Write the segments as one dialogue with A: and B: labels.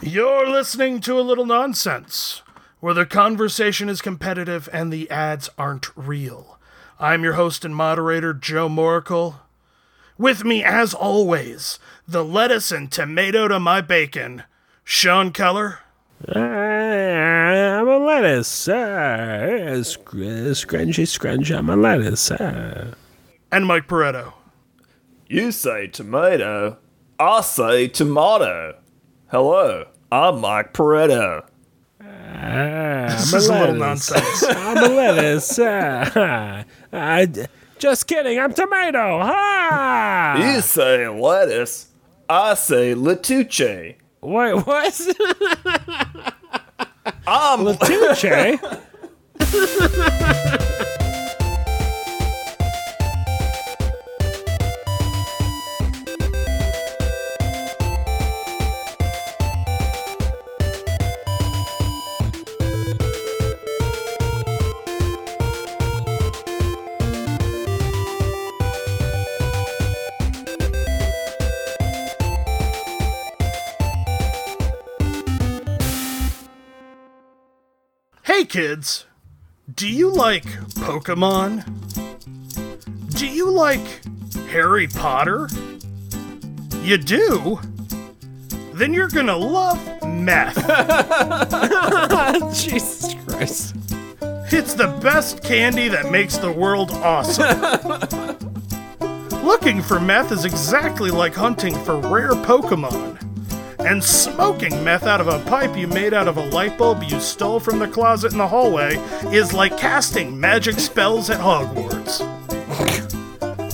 A: You're listening to A Little Nonsense, where the conversation is competitive and the ads aren't real. I'm your host and moderator, Joe Moracle. With me, as always, the lettuce and tomato to my bacon, Sean Keller.
B: I'm a lettuce. Uh, scrunchy, scrunch. I'm a lettuce.
A: And Mike Pareto.
C: You say tomato, I say tomato. Hello, I'm Mike Pareto.
B: this
A: This is a little nonsense.
B: I'm a lettuce. Ah, I, just kidding. I'm tomato. Ha!
C: You say lettuce, I say latuche.
B: Wait, what?
C: I'm
B: Latuche?
A: Hey kids, do you like Pokemon? Do you like Harry Potter? You do? Then you're gonna love meth.
B: Oh, Jesus Christ.
A: It's the best candy that makes the world awesome. Looking for meth is exactly like hunting for rare Pokemon. And smoking meth out of a pipe you made out of a light bulb you stole from the closet in the hallway is like casting magic spells at Hogwarts.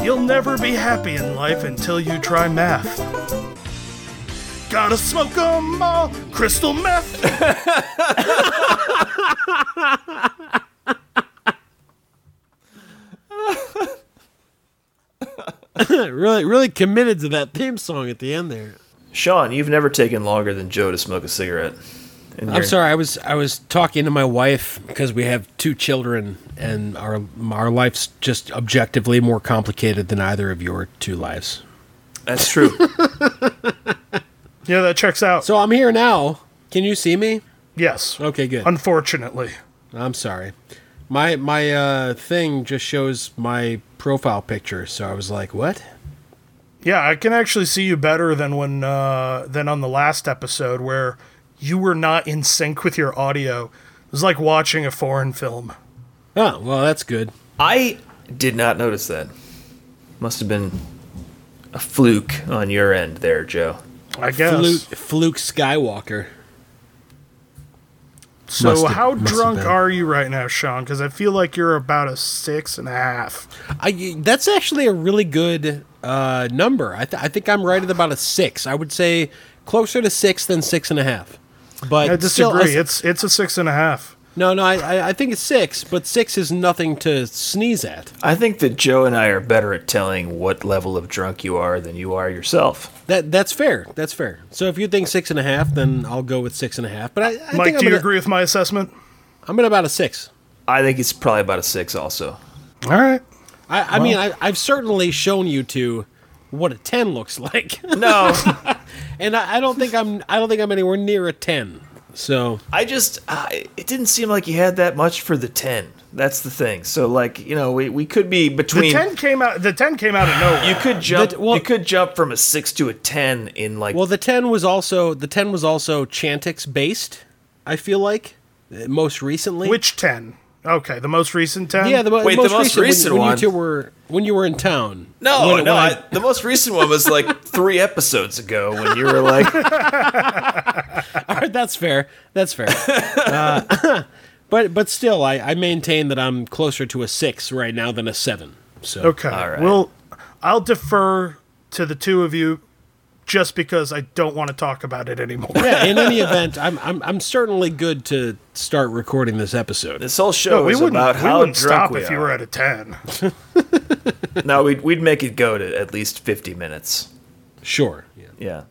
A: You'll never be happy in life until you try meth. Gotta smoke 'em all! Crystal meth!
B: really, really committed to that theme song at the end there.
C: Sean, you've never taken longer than Joe to smoke a cigarette. And
B: I'm sorry. I was I was talking to my wife because we have two children, and our our life's just objectively more complicated than either of your two lives.
C: That's true.
A: Yeah, that checks out.
B: So I'm here now. Can you see me?
A: Yes.
B: Okay, good.
A: Unfortunately.
B: I'm sorry. My my uh, thing just shows my profile picture, so I was like, "What?"
A: Yeah, I can actually see you better than when uh, than on the last episode where you were not in sync with your audio. It was like watching a foreign film.
B: Oh, well, that's good.
C: I did not notice that. Must have been a fluke on your end there, Joe.
A: I guess.
B: Fluke, Fluke Skywalker.
A: So
B: Must've-
A: how
B: must've
A: drunk
B: been.
A: are you right now, Sean? Because I feel like you're about a six and a half.
B: I that's actually a really good uh, number. I, th- I think I'm right at about a six. I would say closer to six than six and a half. But
A: I
B: still,
A: disagree. it's it's a six and a half.
B: No, no, I, I, I think it's six, but six is nothing to sneeze at.
C: I think that Joe and I are better at telling what level of drunk you are than you are yourself.
B: That that's fair. That's fair. So if you think six and a half, then I'll go with six and a half. But I, I
A: Mike,
B: think
A: do
B: I'm
A: you
B: at,
A: agree with my assessment?
B: I'm at about a six.
C: I think it's probably about a six also.
A: All right.
B: I, I mean, I, I've certainly shown you two what a ten looks like,
C: No,
B: and I, I don't think I'm I don't think I'm anywhere near a ten. So
C: I just uh, it didn't seem like you had that much for the ten. That's the thing. So like you know we, we could be
A: The
C: between.
A: ten came out. The ten came out of nowhere.
C: You could jump.
B: That- well-
C: you could jump from a six to a ten in like.
B: Well, the ten was also the ten was also Chantix based. I feel like uh, most recently.
A: Which ten? Okay, the most recent ten.
B: yeah, the, mo-
C: Wait, the
B: most,
C: most
B: recent, when-
C: recent
B: when,
C: one?
B: you two were when you were in town.
C: no,
B: When-
C: no.
B: when I-
C: I, the most recent one was like three episodes ago when you were like,
B: all right, that's fair. That's fair. uh, but but still, I, I maintain that I'm closer to a six right now than a seven. So
A: Okay.
C: All right.
A: Well, I'll defer to the two of you just because I don't want to talk about it anymore.
B: yeah. In any event, I'm, I'm I'm certainly good to start recording this episode.
C: this whole show
A: we
C: is
A: wouldn't,
C: about
A: we
C: how
A: wouldn't
C: drunk
A: stop
C: we
A: if
C: are.
A: you were at a 10.
C: No, we'd we'd make it go to at least fifty minutes.
B: Sure. Yeah.
C: Yeah,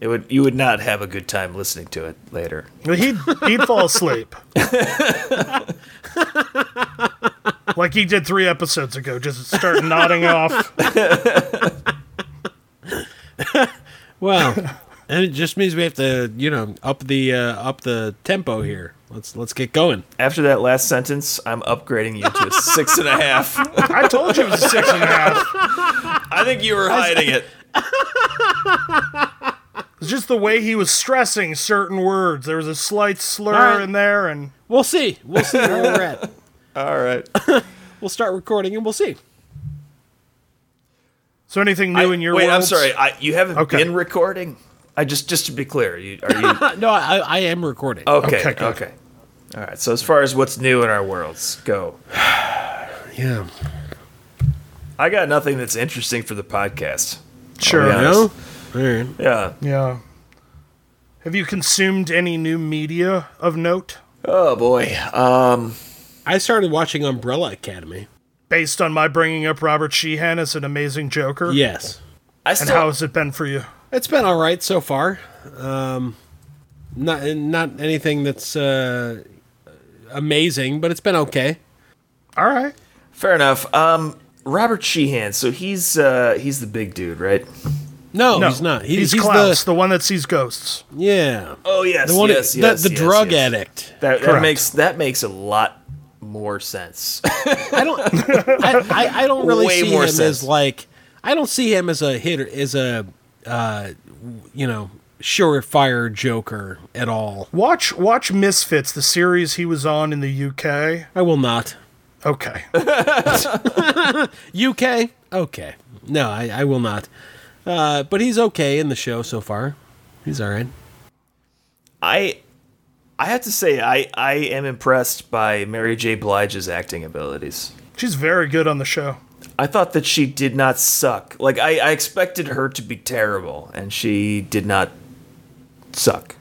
C: it would. You would not have a good time listening to it later.
A: He'd, he'd fall asleep. like he did three episodes ago, just start nodding off.
B: Well, And it just means we have to, you know, up the uh, up the tempo here. Let's let's get going.
C: After that last sentence, I'm upgrading you to a six and a half.
A: I told you it was a six and a half.
C: I think you were hiding it.
A: It's just the way he was stressing certain words. There was a slight slur
B: Alright.
A: in there, and
B: We'll see. We'll see where we're at.
C: All right.
B: We'll start recording and we'll see.
A: so anything new
C: I-
A: in your
C: wait, I'm
A: worlds?
C: sorry. I, you haven't
A: Okay.
C: been recording. I just just to be clear, you, are you
B: No, I, I am recording.
C: okay?
A: Okay,
C: Okay,
A: good.
C: All right. So as far as what's new in our worlds go,
B: yeah.
C: I got nothing that's interesting for the podcast.
A: Sure.
C: Yeah.
B: No. All right.
C: Yeah.
A: Yeah. Have you consumed any new media of note
C: Oh boy. Um.
B: I started watching Umbrella Academy.
A: based on my bringing up Robert Sheehan as an amazing Joker?
B: Yes.
C: I
A: And
C: still.
A: how has it been for you?
B: It's been all right so far. Um, not not anything that's uh, amazing, but it's been okay.
A: All right.
C: fair enough. Um. Robert Sheehan. So he's uh he's the big dude, right?
B: No,
A: No,
B: he's not. He-
A: he's
B: he's
A: Klaus, the, one that sees ghosts.
B: the yeah.
C: Oh yes.
B: The one
C: yes.
B: the,
C: yes.
B: the
C: yes,
B: drug
C: yes.
B: addict.
C: That, that
A: Correct.
C: makes that makes a lot more sense.
B: I don't. I, I, I don't really
C: Way
B: see
C: more
B: him
C: sense.
B: as like. I don't see him as a hitter, as a, uh, you know, surefire joker at all.
A: Watch watch Misfits, the series he was on in the UK.
B: I will not.
A: Okay.
B: UK, okay. No, I, I will not. Uh, but he's okay in the show so far. He's all right.
C: I I have to say I I am impressed by Mary J. Blige's acting abilities.
A: She's very good on the show.
C: I thought that she did not suck. Like I, I expected her to be terrible, and she did not suck.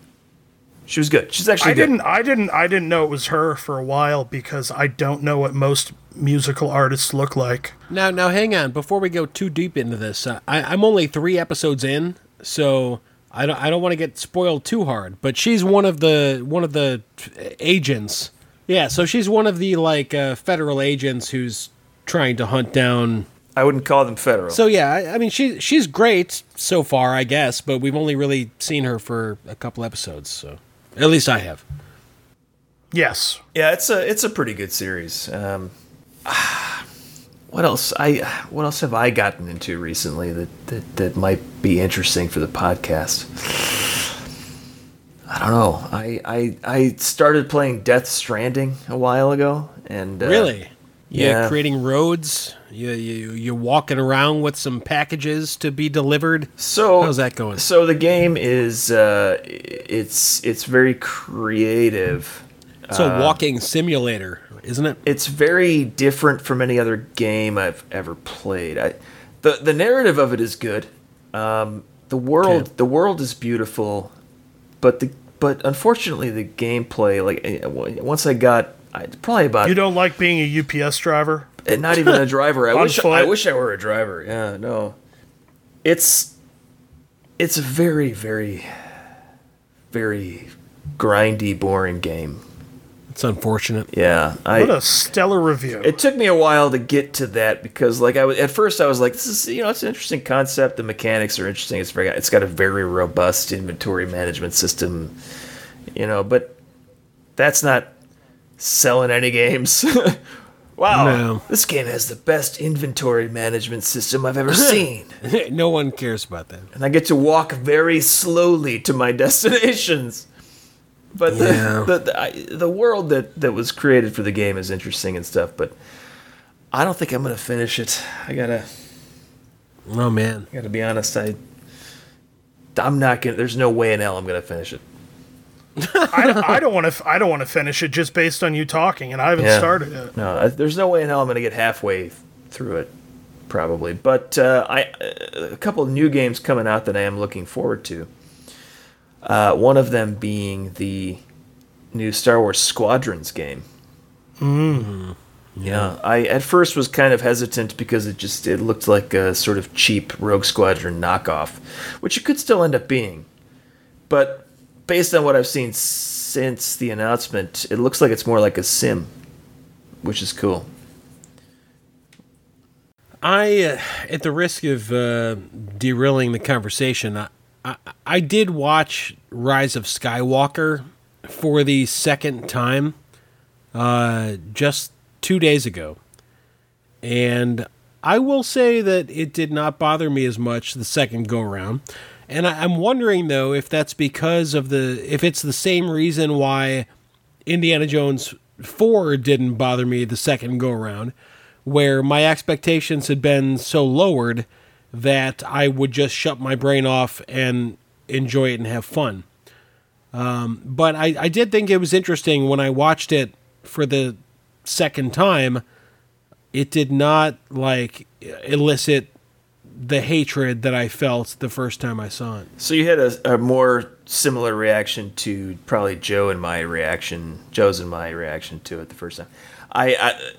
C: She was good. She's actually
A: I
C: good.
A: didn't I didn't I didn't know it was her for a while because I don't know what most musical artists look like.
B: Now, now, hang on. Before we go too deep into this, uh, I, I'm only three episodes in, so I don't, I don't want to get spoiled too hard. But she's one of the one of the t- agents. Yeah, so she's one of the like uh, federal agents who's trying to hunt down.
C: I wouldn't call them federal.
B: So yeah, I, I mean she she's great so far, I guess. But we've only really seen her for a couple episodes, so at least I have.
A: Yes.
C: yeah, it's a it's a pretty good series. Um, what else? I what else have I gotten into recently that that, that might be interesting for the podcast? I don't know. I, I I started playing Death Stranding a while ago, and uh,
B: Really? Yeah.
C: Yeah.
B: creating roads. You you you're walking around with some packages to be delivered.
C: So
B: How's that going?
C: So the game is uh, it's it's very creative.
B: It's a walking simulator, isn't it?
C: It's very different from any other game I've ever played. I, the the narrative of it is good. Um, the world
B: Okay.
C: the world is beautiful, but the but unfortunately the gameplay like eh, w- once I got I, probably about
A: You don't like being a UPS driver?
C: and not even a driver. I
A: On
C: wish
A: foot.
C: I wish I were a driver. Yeah, no. It's it's a very very very grindy boring game.
B: It's unfortunate.
C: Yeah. I
A: What a stellar review.
C: it took me a while to get to that because like I was at first I was like this is you know it's an interesting concept the mechanics are interesting it's very it's got a very robust inventory management system you know but that's not selling any games wow
B: No.
C: this game has the best inventory management system I've ever seen
B: no one cares about that.
C: and I get to walk very slowly to my destinations. But the
B: Yeah.
C: the, the, I, the world that, that was created for the game is interesting and stuff, but I don't think I'm gonna finish it. I gotta
B: Oh man.
C: gotta be honest. I I'm not gonna. There's no way in hell I'm gonna finish it.
A: I, I don't want to. I don't want to finish it just based on you talking, and I haven't
C: Yeah.
A: started it.
C: No, I, there's no way in hell I'm gonna get halfway through it, probably. But uh, I uh, a couple of new games coming out that I am looking forward to. Uh, one of them being the new Star Wars Squadrons game.
A: Mm-hmm.
C: Yeah, I at first was kind of hesitant because it just it looked like a sort of cheap Rogue Squadron knockoff, which it could still end up being. But based on what I've seen since the announcement, it looks like it's more like a sim, which is cool.
B: I, uh, at the risk of uh, derailing the conversation, I, I, I did watch Rise of Skywalker for the second time uh, just two days ago. And I will say that it did not bother me as much the second go around. And I, I'm wondering, though, if that's because of the, if it's the same reason why Indiana Jones 4 didn't bother me the second go around, where my expectations had been so lowered that I would just shut my brain off and enjoy it and have fun. Um, but I, I did think it was interesting when I watched it for the second time. It did not like elicit the hatred that I felt the first time I saw it.
C: So you had a, a more similar reaction to probably Joe and my reaction, Joe's and my reaction to it the first time. I, I,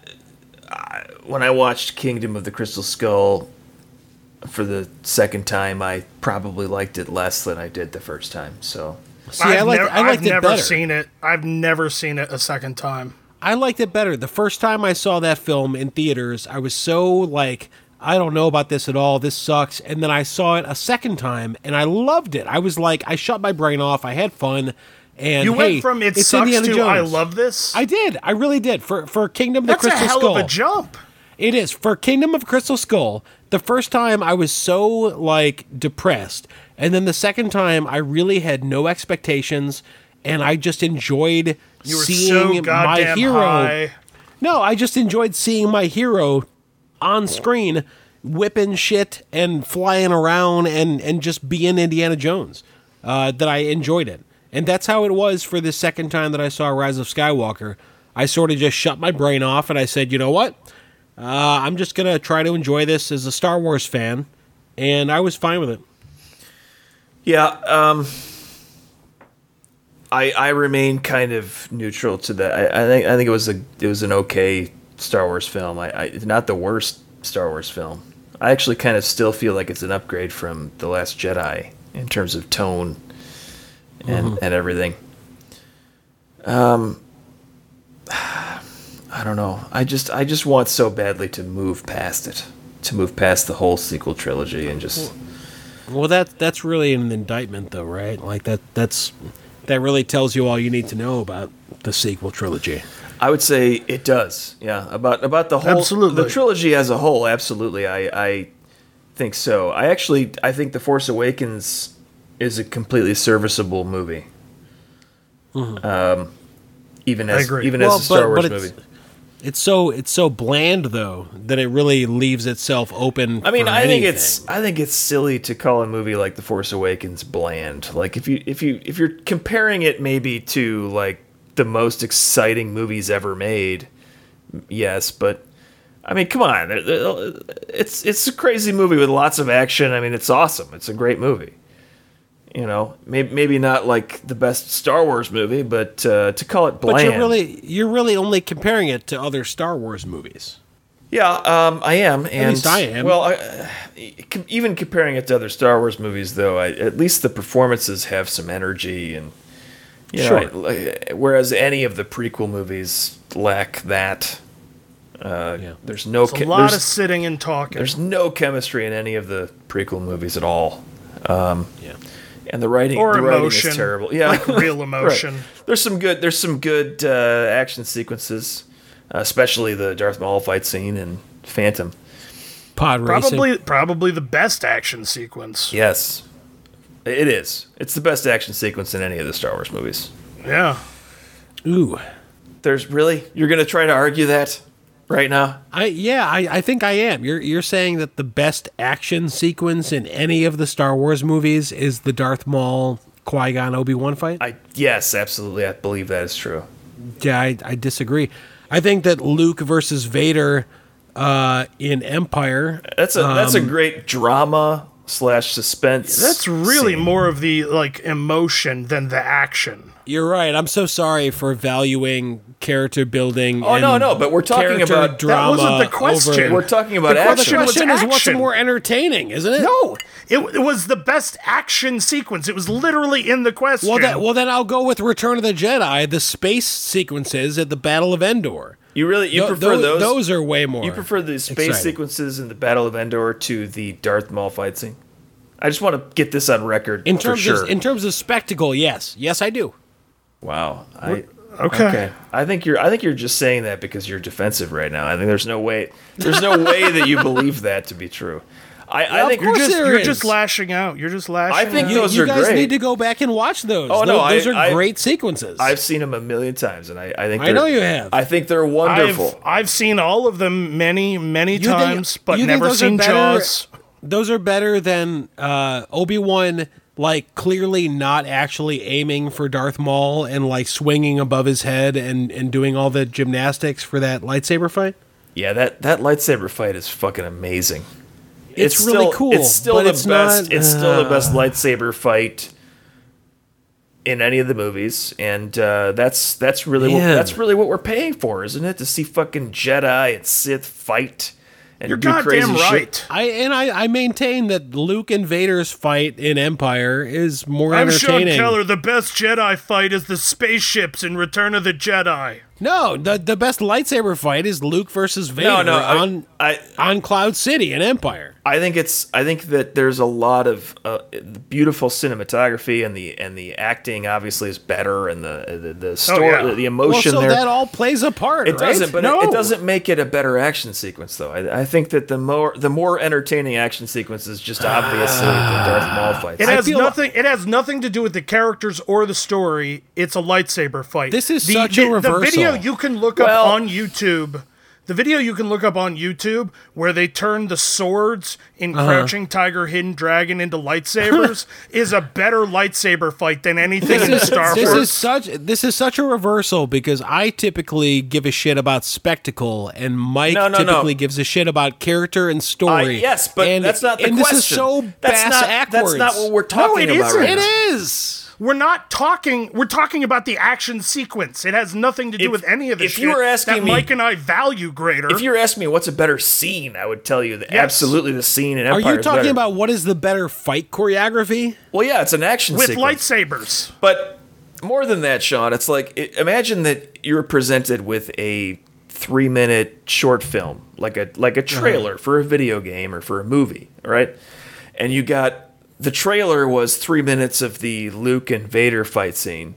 C: I when I watched Kingdom of the Crystal Skull for the second time, I probably liked it less than I did the first time. So
B: See, I liked,
A: nev-
B: I liked
A: I've
B: it
A: never
B: better.
A: seen it. I've never seen it a second time.
B: I liked it better. The first time I saw that film in theaters, I was so like, I don't know about this at all. This sucks. And then I saw it a second time and I loved it. I was like, I shut my brain off. I had fun. And
A: You
B: hey,
A: went from it
B: it's
A: sucks
B: Indiana
A: to
B: Jones.
A: I love this.
B: I did. I really did. For for Kingdom of the
A: That's a
B: Crystal
A: hell
B: Skull.
A: of a jump.
B: It is for Kingdom of Crystal Skull. The first time I was so like depressed, and then the second time I really had no expectations, and I just enjoyed
A: You were
B: seeing
A: so
B: my
A: goddamn
B: hero.
A: high.
B: No, I just enjoyed seeing my hero on screen whipping shit and flying around and, and just being Indiana Jones. Uh, that I enjoyed it. And that's how it was for the second time that I saw Rise of Skywalker. I sort of just shut my brain off and I said, you know what? Uh, I'm just going to try to enjoy this as a Star Wars fan. And I was fine with it.
C: Yeah, um, I I remain kind of neutral to that. I, I think I think it was a it was an okay Star Wars film. I, I it's not the worst Star Wars film. I actually kind of still feel like it's an upgrade from the Last Jedi in terms of tone and and everything. Um, I don't know. I just I just want so badly to move past it, to move past the whole sequel trilogy and just.
B: Well, that that's really an indictment, though, right? Like that that's that really tells you all you need to know about the sequel trilogy.
C: I would say it does. Yeah, about about the whole
A: Absolutely.
C: the trilogy as a whole. Absolutely, I I think so. I actually I think the Force Awakens is a completely serviceable movie. Um, even as
A: Mm-hmm. agree.
C: even as a Star Wars movie.
B: It's, it's so it's so bland though that it really leaves itself open.
C: I mean,
B: for
C: I think
B: anything.
C: it's I think it's silly to call a movie like The Force Awakens bland. Like if you if you if you're comparing it maybe to like the most exciting movies ever made, m- yes, but I mean, come on, there- there- it's it's a crazy movie with lots of action. I mean, it's awesome. It's a great movie. You know, maybe maybe not like the best Star Wars movie, but uh, to call it bland.
B: but you're really you're really only comparing it to other Star Wars movies.
C: Yeah, um, I am, and
B: least I am.
C: Well, I, uh, com- even comparing it to other Star Wars movies, though, I, at least the performances have some energy, and you know,
B: Sure.
C: like, whereas any of the prequel movies lack that. Uh,
B: Yeah.
C: There's no
A: It's
C: che-
A: a lot of
C: there's,
A: sitting and talking.
C: there's no chemistry in any of the prequel movies at all,
B: Yeah,
C: and the writing
A: Or
C: the writing is
A: emotion.
C: terrible. Yeah,
A: Like real
C: Right.
A: emotion.
C: There's some good. There's some good uh, action sequences, especially the Darth Maul fight scene in Phantom.
B: pod
A: Probably
B: racing.
A: probably the best action sequence. Yeah.
C: Yes. It is. It's the best action sequence in any of the Star Wars movies.
B: Ooh,
C: There's really you're going to try to argue that right now?
B: I yeah, I, I think I am. You're you're saying that the best action sequence in any of the Star Wars movies is the Darth Maul Qui Gon Obi Wan fight.
C: I yes, absolutely. I believe that is true.
B: Yeah, I, I disagree. I think that Luke versus Vader uh, in Empire.
C: That's a that's
B: Um,
C: a great drama slash suspense.
A: That's really
C: scene.
A: more of the like emotion than the action.
B: You're right. I'm so sorry for valuing character building.
C: Oh, no,
B: and
C: no, but we're talking
B: character
C: about- That
B: drama.
A: wasn't the question.
B: over-
C: We're talking about
A: The
B: Well, the
C: action.
A: question was
B: question is what's
A: action.
B: more entertaining, isn't it?
A: No, it, it was the best action sequence. It was literally in the question.
B: Well, that, well, then I'll go with Return of the Jedi. The space sequences at the Battle of Endor.
C: You really you
B: Tho-
C: prefer
B: tho-
C: those?
B: Those are way more.
C: you prefer the space
B: exciting.
C: sequences in the Battle of Endor to the Darth Maul fight scene? I just want to get this on record
B: In terms
C: for sure.
B: of in terms of spectacle, yes, yes, I do.
C: wow. I,
A: Okay.
C: I think you're. I think you're just saying that because you're defensive right now. I think there's no way. There's no way that you believe that to be true. I, I
B: of
C: think
B: course
C: you're just.
B: there
A: You're
B: is.
A: just lashing out. You're just lashing.
C: I think
A: out.
B: You,
C: Those
B: you
C: are
B: guys
C: great.
B: need to go back and watch those.
C: Oh,
B: Tho-
C: no, I-
B: those,
C: I-
B: are great sequences.
C: I've seen them a million times, and I, I think
B: I
C: they're-
B: know you have.
C: I think they're
A: I've,
C: wonderful.
A: I've seen all of them many, many
B: You think-
A: times, but
B: you think
A: never
B: those are
A: seen
B: better-
A: Jaws.
B: Those are better than uh, Obi Wan, like clearly not actually aiming for Darth Maul and like swinging above his head and and doing all the gymnastics for that lightsaber fight.
C: yeah, that that lightsaber fight is fucking amazing.
B: It's, really
C: still,
B: cool.
C: It's still
B: but
C: the
B: it's
C: best.
B: Not,
C: it's
B: uh,
C: still the best lightsaber fight in any of the movies, and uh, that's that's really what,
B: Man.
C: that's really what we're paying for, isn't it? To see fucking Jedi and Sith fight and
A: You're
C: do crazy
A: goddamn right.
C: shit.
B: I and I, I maintain that Luke and Vader's fight in Empire is more
A: I'm Sean
B: entertaining.
A: Keller. The best Jedi fight is the spaceships in Return of the Jedi.
B: No, the the best lightsaber fight is Luke versus Vader
C: No, no,
B: on
C: I, I
B: on Cloud City in Empire.
C: I think it's I think that there's a lot of uh, beautiful cinematography and the and the acting obviously is better and the the, the story
A: yeah.
C: the, the
B: Oh, Well,
C: emotion
B: so
C: there.
B: that all plays a part.
C: It
B: right?
C: doesn't, but it- it,
A: No.
C: doesn't make it a better action sequence, though. I, I think that the more the more entertaining action sequence is just obviously the
B: Ah.
C: Darth Maul fights.
A: It
B: I
A: has
B: feel-
A: nothing. It has nothing to do with the characters or the story. It's a lightsaber fight.
B: This is
A: the,
B: such
A: the,
B: a
A: The video
B: reversal.
A: you can look
C: Well-
A: up on YouTube. The video you can look up on YouTube where they turn the swords in
B: Uh-huh.
A: Crouching Tiger, Hidden Dragon into lightsabers is a better lightsaber fight than anything in Star
B: this
A: Wars.
B: is such this is such a reversal because I typically give a shit about spectacle and Mike
C: No, no, no.
B: typically gives a shit about character and story.
C: I- yes, but
B: and,
C: that's not the
B: and
C: question.
B: this is so
C: that's
B: bass
C: not,
B: backwards.
C: That's not what we're talking
A: it
C: about.
A: isn't.
C: Right
B: It
C: now.
B: is.
A: we're not talking. We're talking about the action sequence. It has nothing to do
C: If-
A: with any of the
C: if
A: shit
C: you were asking
A: that
C: me-
A: Mike and I value greater.
C: If you're asking me what's a better scene, I would tell you that absolutely the scene in
B: Are
C: Empire.
B: you
C: is
B: talking
C: better.
B: about what is the better fight choreography?
C: Well, yeah, it's an action
A: with
C: sequence.
A: lightsabers,
C: But more than that, Sean, it's like i imagine that you're presented with a three-minute short film, like a like a
B: Uh-huh.
C: trailer for a video game or for a movie, all right? And you got the trailer was three minutes of the Luke and Vader fight scene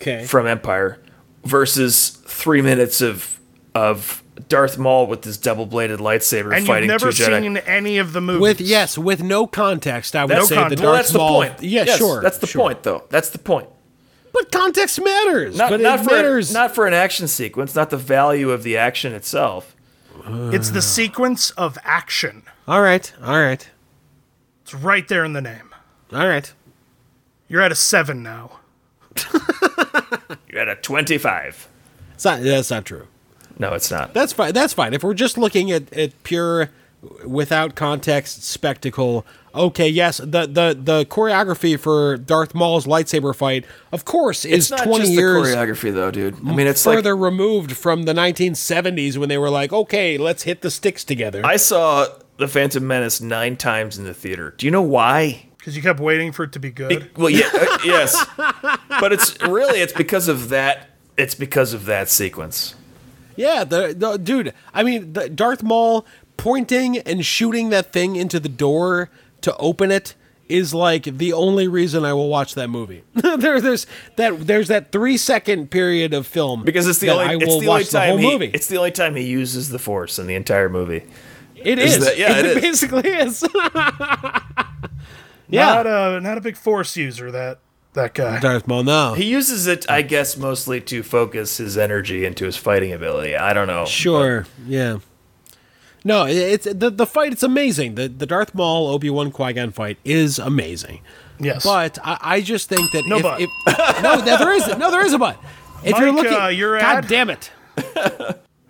B: Okay.
C: from Empire versus three minutes of of Darth Maul with his double-bladed lightsaber
A: and you've
C: fighting
A: never
C: two Jedi.
A: seen any of the movies.
B: With yes, with no context, I would
C: That's-
B: say
A: no
B: the
A: context.
B: Darth
C: well, that's
B: Maul.
C: the point.
B: Yeah,
C: Yes,
B: sure.
C: That's the
B: sure.
C: point, though. That's the point.
B: But context matters.
C: not,
B: but
C: not
B: it
C: for
B: matters.
C: not for an action sequence, not the value of the action itself.
A: It's the sequence of action.
B: all right. All right.
A: It's right there in the name.
B: All right.
A: You're at a seven now.
C: You're at a twenty-five.
B: It's not, that's not true.
C: No, it's not.
B: That's fine. That's fine. If we're just looking at, at pure, without context spectacle, okay, yes, the, the, the choreography for Darth Maul's lightsaber fight, of course, is
C: it's not
B: 20
C: just the
B: years
C: choreography, though, dude. I mean, it's like
B: further removed from the 1970s when they were like, okay, let's hit the sticks together.
C: I saw the Phantom Menace nine times in the theater. Do you know why?
A: Because you kept waiting for it to be good.
C: Well, yeah, uh, yes, but it's really it's because of that. It's because of that sequence.
B: yeah, the, the dude, I mean, the, Darth Maul pointing and shooting that thing into the door to open it is like the only reason I will watch that movie. there, there's that there's that 3 second period of film
C: Because it's the
B: that
C: only
B: I
C: it's
B: will
C: the only
B: watch
C: time
B: the whole
C: he,
B: movie.
C: it's the only time he uses the Force in the entire movie.
B: It
C: Is
B: is.
C: that- yeah, it is.
B: basically is.
A: Not
B: yeah.
A: a not a big force user. That that guy.
B: Darth Maul now.
C: He uses it, I guess, mostly to focus his energy into his fighting ability. I don't know.
B: Sure. Yeah. No, it- it's the the fight. It's amazing. The the Darth Maul Obi Wan Qui Gon fight is amazing.
A: Yes.
B: But I, I just think that
A: No
B: if,
A: but.
B: if no, there- there is no, there is a but. If you're
A: Mike,
B: looking,
A: uh, your
B: God
A: ad?
B: damn it!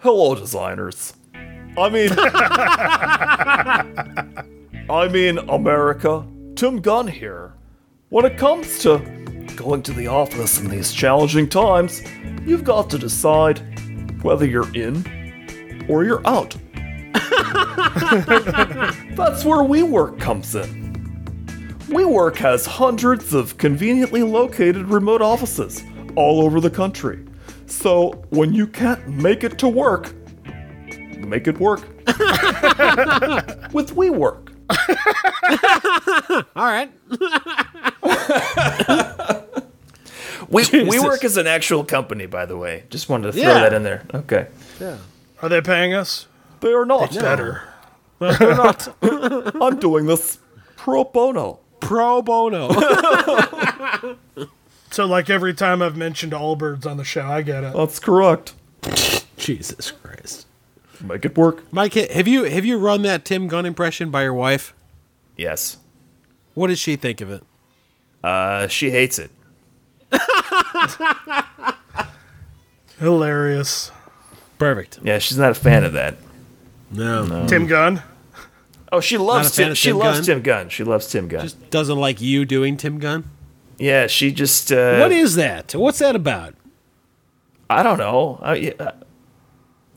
C: Hello, designers. I mean, I mean, America. Tim Gunn here. When it comes to going to the office in these challenging times, you've got to decide whether you're in or you're out. That's where WeWork comes in. WeWork has hundreds of conveniently located remote offices all over the country. So when you can't make it to work, make it work. With WeWork.
B: All right.
C: We we
B: Jesus.
C: work as an actual company, by the way. Just wanted to throw
B: Yeah.
C: that in there. Okay.
A: Are they paying us?
C: They are not.
A: Better.
C: They're not. I'm doing this pro bono.
B: Pro bono.
A: So, like every time I've mentioned Allbirds on the show, I get it.
C: That's correct.
B: Jesus Christ.
C: Make it work.
B: Mike, ha- have you have you run that Tim Gunn impression by your wife?
C: Yes.
B: What does she think of it?
C: Uh, she hates it.
A: Hilarious.
B: Perfect.
C: Yeah, she's not a fan of that.
B: No.
A: Tim Gunn.
C: Oh, she
B: Not
C: loves
B: a fan
C: Tim.
B: of
C: She
B: Tim
C: loves
B: Gunn?
C: Tim Gunn. She loves Tim Gunn.
B: Just doesn't like you doing Tim Gunn.
C: yeah, she just. Uh,
B: What is that? What's that about?
C: I don't know. I, yeah, uh,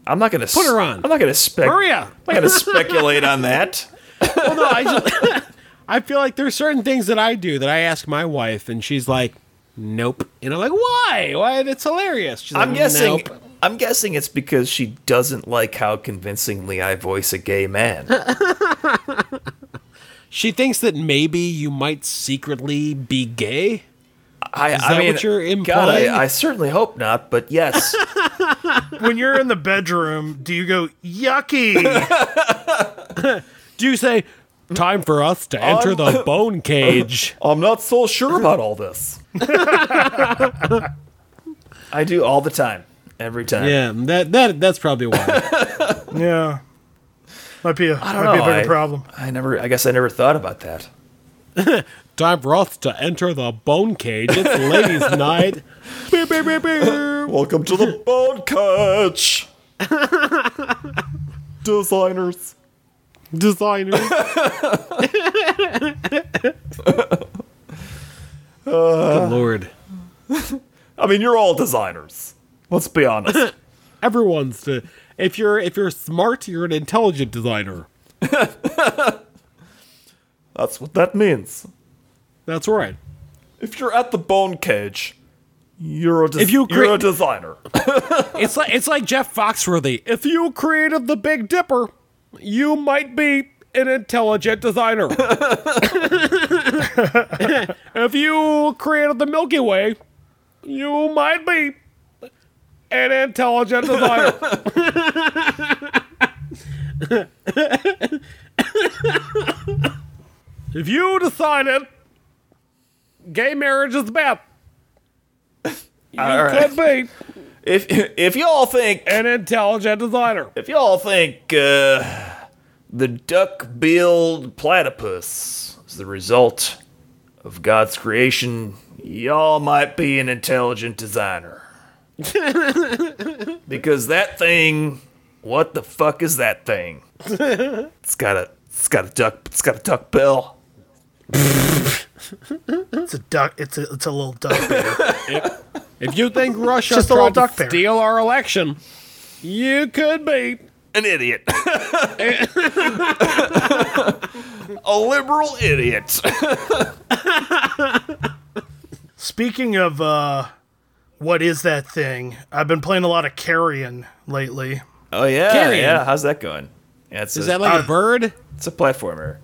C: I'm not gonna
B: Put her on.
C: I'm not gonna spec.
B: Hurry up.
C: I'm not gonna speculate on that.
B: No, I just I feel like there's certain things that I do that I ask my wife and she's like, Nope. And I'm like, Why? Why that's hilarious. She's
C: I'm
B: like,
C: guessing.
B: "Nope."
C: I'm guessing it's because she doesn't like how convincingly I voice a gay man.
B: She thinks that maybe you might secretly be gay.
C: I,
B: that
C: I mean,
B: what you're
C: God,
B: implying?
C: I, I certainly hope not, but yes.
A: When you're in the bedroom, do you go, yucky?
B: Do you say time for us to enter the bone cage?
C: I'm not so sure about all this. I do all the time, every time.
B: Yeah, that that that's probably why.
A: yeah. Might be a,
C: I
A: might
C: don't
A: be
C: know,
A: a bigger
C: I-
A: problem.
C: I never. I guess I never thought about that.
B: Time for us to enter the bone cage. It's ladies' night. Beep, beep, beep, beep.
C: Welcome to the bone catch, designers.
B: Designer. Good lord.
C: I mean, you're all designers. Let's be honest.
B: Everyone's the if you're if you're smart, you're an intelligent designer.
C: That's what that means.
B: That's right.
C: If you're at the bone cage, you're a des-
B: If you
C: you're a
B: create-
C: designer.
B: It's like it's like Jeff Foxworthy. If you created the Big Dipper, you might be an intelligent designer. if you created the Milky Way, you might be an intelligent designer. if you decided gay marriage is bad, you
C: All right.
B: could be
C: If if y'all think
B: an intelligent designer.
C: if y'all think uh, the duck-billed platypus is the result of God's creation, y'all might be an intelligent designer. because that thing, what the fuck is that thing? It's got a it's got a duck it's got a duck bill.
A: It's a duck. It's a, it's a little duck. bear.
B: If you think Russia
A: Just a little
B: tried to
A: duck there.
B: steal our election, you could be.
C: An idiot. a liberal idiot.
A: Speaking of uh, what is that thing? I've been playing a lot of Carrion lately.
C: Oh yeah,
B: Carrion.
C: yeah. How's that going? Yeah, it's
B: Is
C: a,
B: that
A: Uh,
B: like a bird?
C: it's a platformer.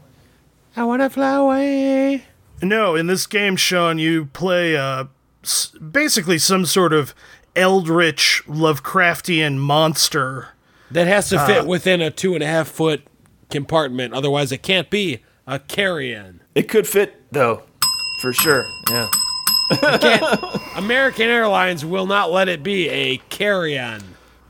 B: I want to fly away.
A: No, in this game, Sean, you play uh, s- basically some sort of eldritch Lovecraftian monster.
B: That has
A: Uh,
B: to fit within a two and a half foot compartment. Otherwise, it can't be a carrion.
C: It could fit though, for sure. Yeah.
B: American Airlines will not let it be a carrion.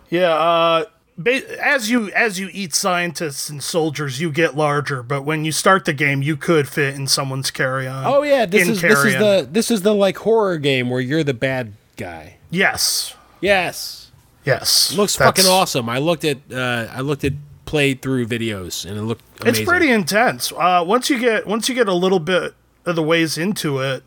A: Yeah, uh, ba- as you as you eat scientists and soldiers, you get larger. But when you start the game, you could fit in someone's carry-on.
B: Oh yeah, this
A: in
B: is this is
A: Carrion.
B: the this is the like horror game where you're the bad guy.
A: yes,
B: Yes,
A: yes.
B: looks
A: That's-
B: fucking awesome. I looked at uh, I looked at playthrough videos and it looked amazing.
A: It's pretty intense. Uh, once you get once you get a little bit of the ways into it,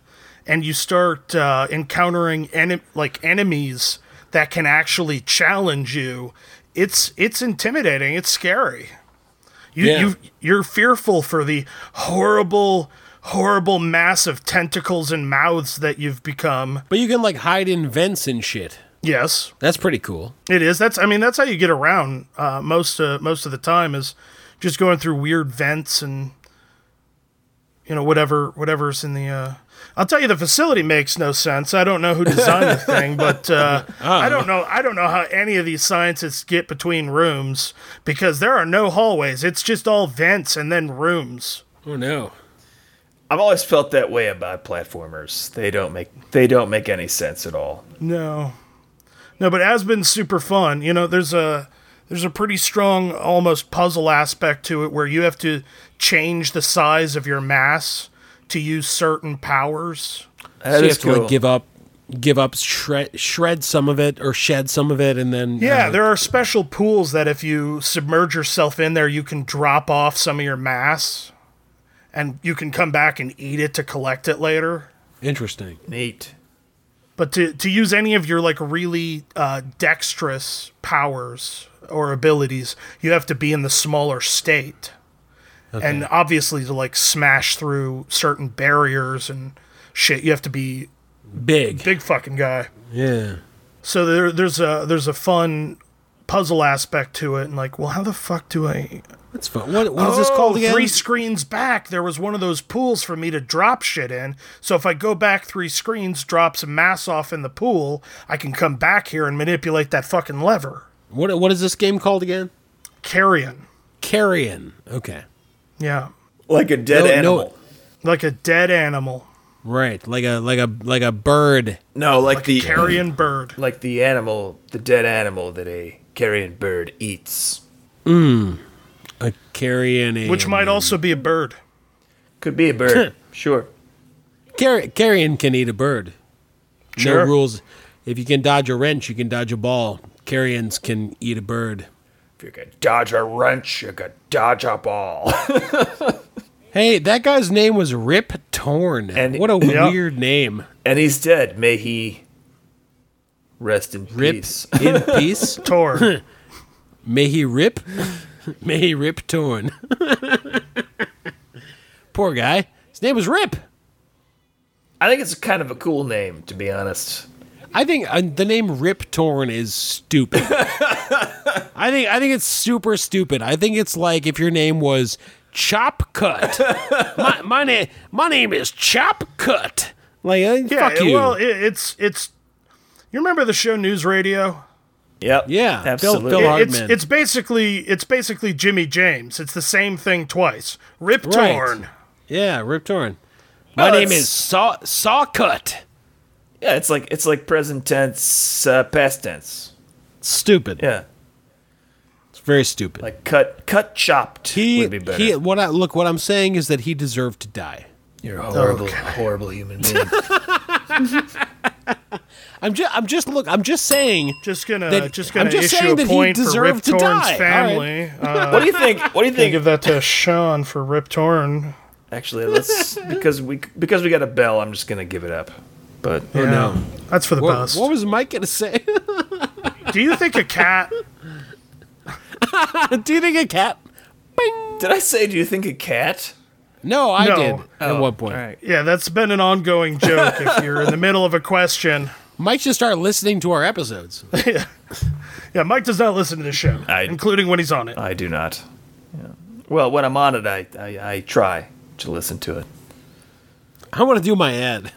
A: and you start uh, encountering en- like enemies that can actually challenge you, it's it's intimidating. It's scary. You
B: Yeah.
A: you you're fearful for the horrible horrible mass of tentacles and mouths that you've become.
B: But you can like hide in vents and shit.
A: Yes,
B: That's pretty cool.
A: It is. That's. I mean, that's how you get around uh, most uh, most of the time is just going through weird vents and you know whatever whatever's in the. Uh, I'll tell you, the facility makes no sense. I don't know who designed the thing, but uh, I don't know. I don't know how any of these scientists get between rooms because there are no hallways. It's just all vents and then rooms.
B: Oh no.
C: I've always felt that way about platformers. They don't make they don't make any sense at all.
A: No, no, but it has been super fun. You know, there's a there's a pretty strong almost puzzle aspect to it where you have to change the size of your mass to use certain powers.
C: That
B: so you
C: is
B: have to
C: cool.
B: like give up, give up, shred, shred some of it or shed some of it, and then
A: Yeah,
B: uh,
A: there are special pools that if you submerge yourself in there, you can drop off some of your mass and you can come back and eat it to collect it later.
B: interesting.
C: neat.
A: But to, to use any of your like really uh, dexterous powers or abilities, you have to be in the smaller state. And obviously, to like smash through certain barriers and shit, you have to be
B: Big.
A: big fucking guy.
B: Yeah.
A: So there, there's a there's a fun puzzle aspect to it, and like, well, how the fuck do I?
B: That's fun. What, what is this called again?
A: Three screens back, there was one of those pools for me to drop shit in. So if I go back three screens, drop some mass off in the pool, I can come back here and manipulate that fucking lever.
B: What what is this game called again?
A: Carrion,
B: Carrion. Okay.
A: yeah,
C: Like a dead
B: No, no.
C: animal.
A: like a dead animal,
B: Right. Like a like a like a bird.
C: No, like, the
A: carrion bird.
C: like the animal, the dead animal that a carrion bird eats.
B: A carrion
A: Which might also be a bird.
C: Could be a bird. sure.
B: Car- carrion can eat a bird.
A: Sure.
B: No rules. If you can dodge a wrench, you can dodge a ball. Carrions can eat a bird.
C: If you could dodge a wrench, you could dodge a ball.
B: Hey, that guy's name was Rip Torn.
C: And-
B: what a
A: Yeah.
B: weird name.
C: and he's dead. May he rest in
B: Rip
C: peace.
B: in peace.
A: Tor.
B: May he rip. May he rip torn. Poor guy. His name was Rip.
C: I think it's kind of a cool name, to be honest.
B: I think uh, the name Rip Torn is stupid. I think I think it's super stupid. I think it's like if your name was Chop Cut. my my name my name is Chop Cut. Like uh,
A: yeah,
B: fuck you.
A: well, it, it's it's. You remember the show News Radio?
C: Yep.
B: Yeah, Phil-
C: Absolutely.
B: Phil Hart-
A: it's
B: Hardman.
A: it's basically it's basically Jimmy James. It's the same thing twice. Rip
B: Right.
A: torn.
B: yeah, Rip Torn. My
C: Well,
B: name
C: it's-
B: is Saw Saw Cut.
C: yeah, it's like it's like present tense, uh, past tense.
B: Stupid.
C: Yeah.
B: It's very stupid.
C: Like cut cut chopped
B: he,
C: would be better.
B: he what I look what I'm saying is that he deserved to die.
C: You're a horrible, horrible human being.
B: I'm just I'm just look I'm just saying
A: Just gonna
B: That-
A: just
B: I'm
A: gonna
B: just
A: issue
B: saying
A: a
B: that he
A: point for Rip
B: deserved to
A: Torn's
B: die. All
A: family. Uh,
C: what do you think? What do you think?
A: give that to Sean for Rip Torn.
C: Actually, let's because we because we got a bell. I'm just gonna give it up. But
A: Yeah. That's for the
B: what,
A: best.
B: what was Mike gonna say?
A: do you think a cat?
B: Do you think a cat? Bing.
C: did I say? Do you think a cat?
B: No, I
A: No.
B: did
C: Oh,
B: at one point.
A: Yeah, that's been an ongoing joke. If you're in the middle of a question,
B: Mike just started listening to our episodes.
A: yeah, Mike does not listen to the show,
C: I-
A: including when he's on
B: Uh.
A: it.
C: I do not. Yeah. Well, when I'm on it, I, I I try to listen to it.
B: I want to do my ad.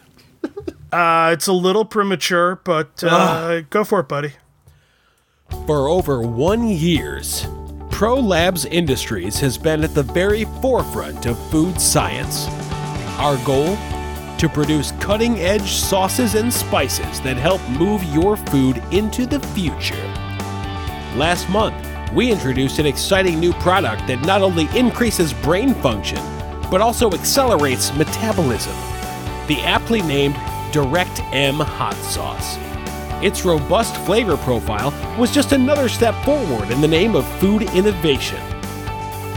A: Uh, it's a little premature, but uh, go for it, buddy.
B: For over one years, Pro Labs Industries has been at the very forefront of food science. Our goal? To produce cutting edge sauces and spices that help move your food into the future. Last month, we introduced an exciting new product that not only increases brain function, but also accelerates metabolism. The aptly named Direct M Hot Sauce. Its robust flavor profile was just another step forward in the name of food innovation.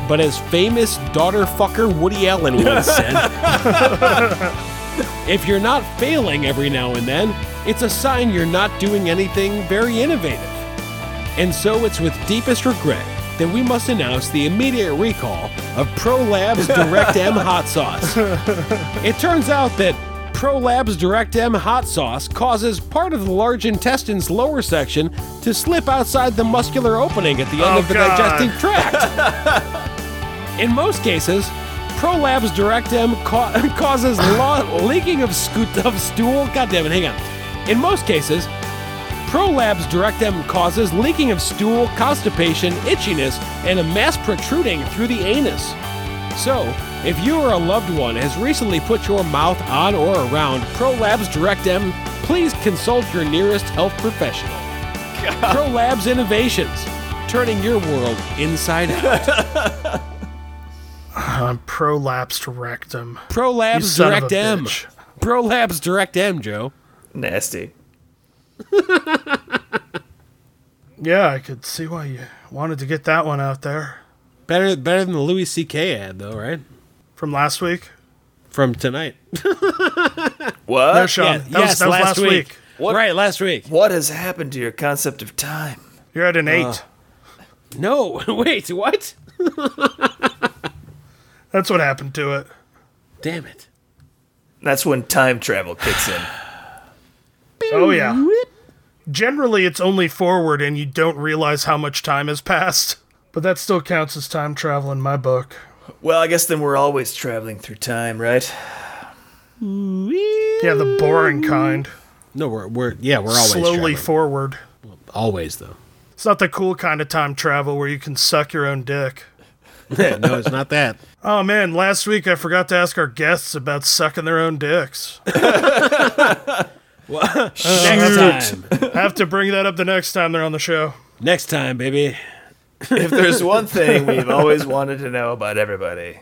B: But as famous daughter fucker Woody Allen once said, if you're not failing every now and then, it's a sign you're not doing anything very innovative. And so it's with deepest regret that we must announce the immediate recall of ProLab's Direct M hot sauce. It turns out that ProLab's Direct M hot sauce causes part of the large intestine's lower section to slip outside the muscular opening at the end
A: Oh,
B: of the
A: God.
B: digestive tract. In most cases, Prolapse Directum ca- causes lo- leaking of, scoot- of stool. God damn it, hang on. In most cases, Prolapse Directum causes leaking of stool, constipation, itchiness, and a mass protruding through the anus. So, if you or a loved one has recently put your mouth on or around Prolabs Directem, please consult your nearest health professional. Prolabs Innovations, turning your world inside out.
A: I'm prolapsed rectum. You
B: Prolabs
A: son of a
B: Directem.
A: bitch.
B: Prolabs Directem, Joe.
C: Nasty.
A: Yeah, I could see why you wanted to get that one out there
B: Better, better than the Louis C.K. ad, though, right?
A: from last week.
B: From tonight.
C: What?
B: Uh,
A: No, Sean, that, was, that was last week.
C: What-
B: Right, last week.
C: what has happened to your concept of time?
A: You're at
B: Uh.
A: an eight.
B: No, wait, what?
A: That's what happened to it.
B: Damn it.
C: That's when time travel kicks in.
A: Oh yeah. Generally, it's only forward, and you don't realize how much time has passed. But that still counts as time travel in my book.
C: Well, I guess then we're always traveling through time, right?
A: Yeah, the boring kind.
B: No, we're, we're yeah, we're always
A: Slowly
B: traveling.
A: forward.
B: always though.
A: It's not the cool kind of time travel where you can suck your own dick.
B: no, it's not that.
A: Oh man, last week I forgot to ask our guests about sucking their own dicks.
B: Next time.
A: I have to bring that up the next time they're on the show.
B: Next time, baby.
C: If there's one thing we've always wanted to know about everybody,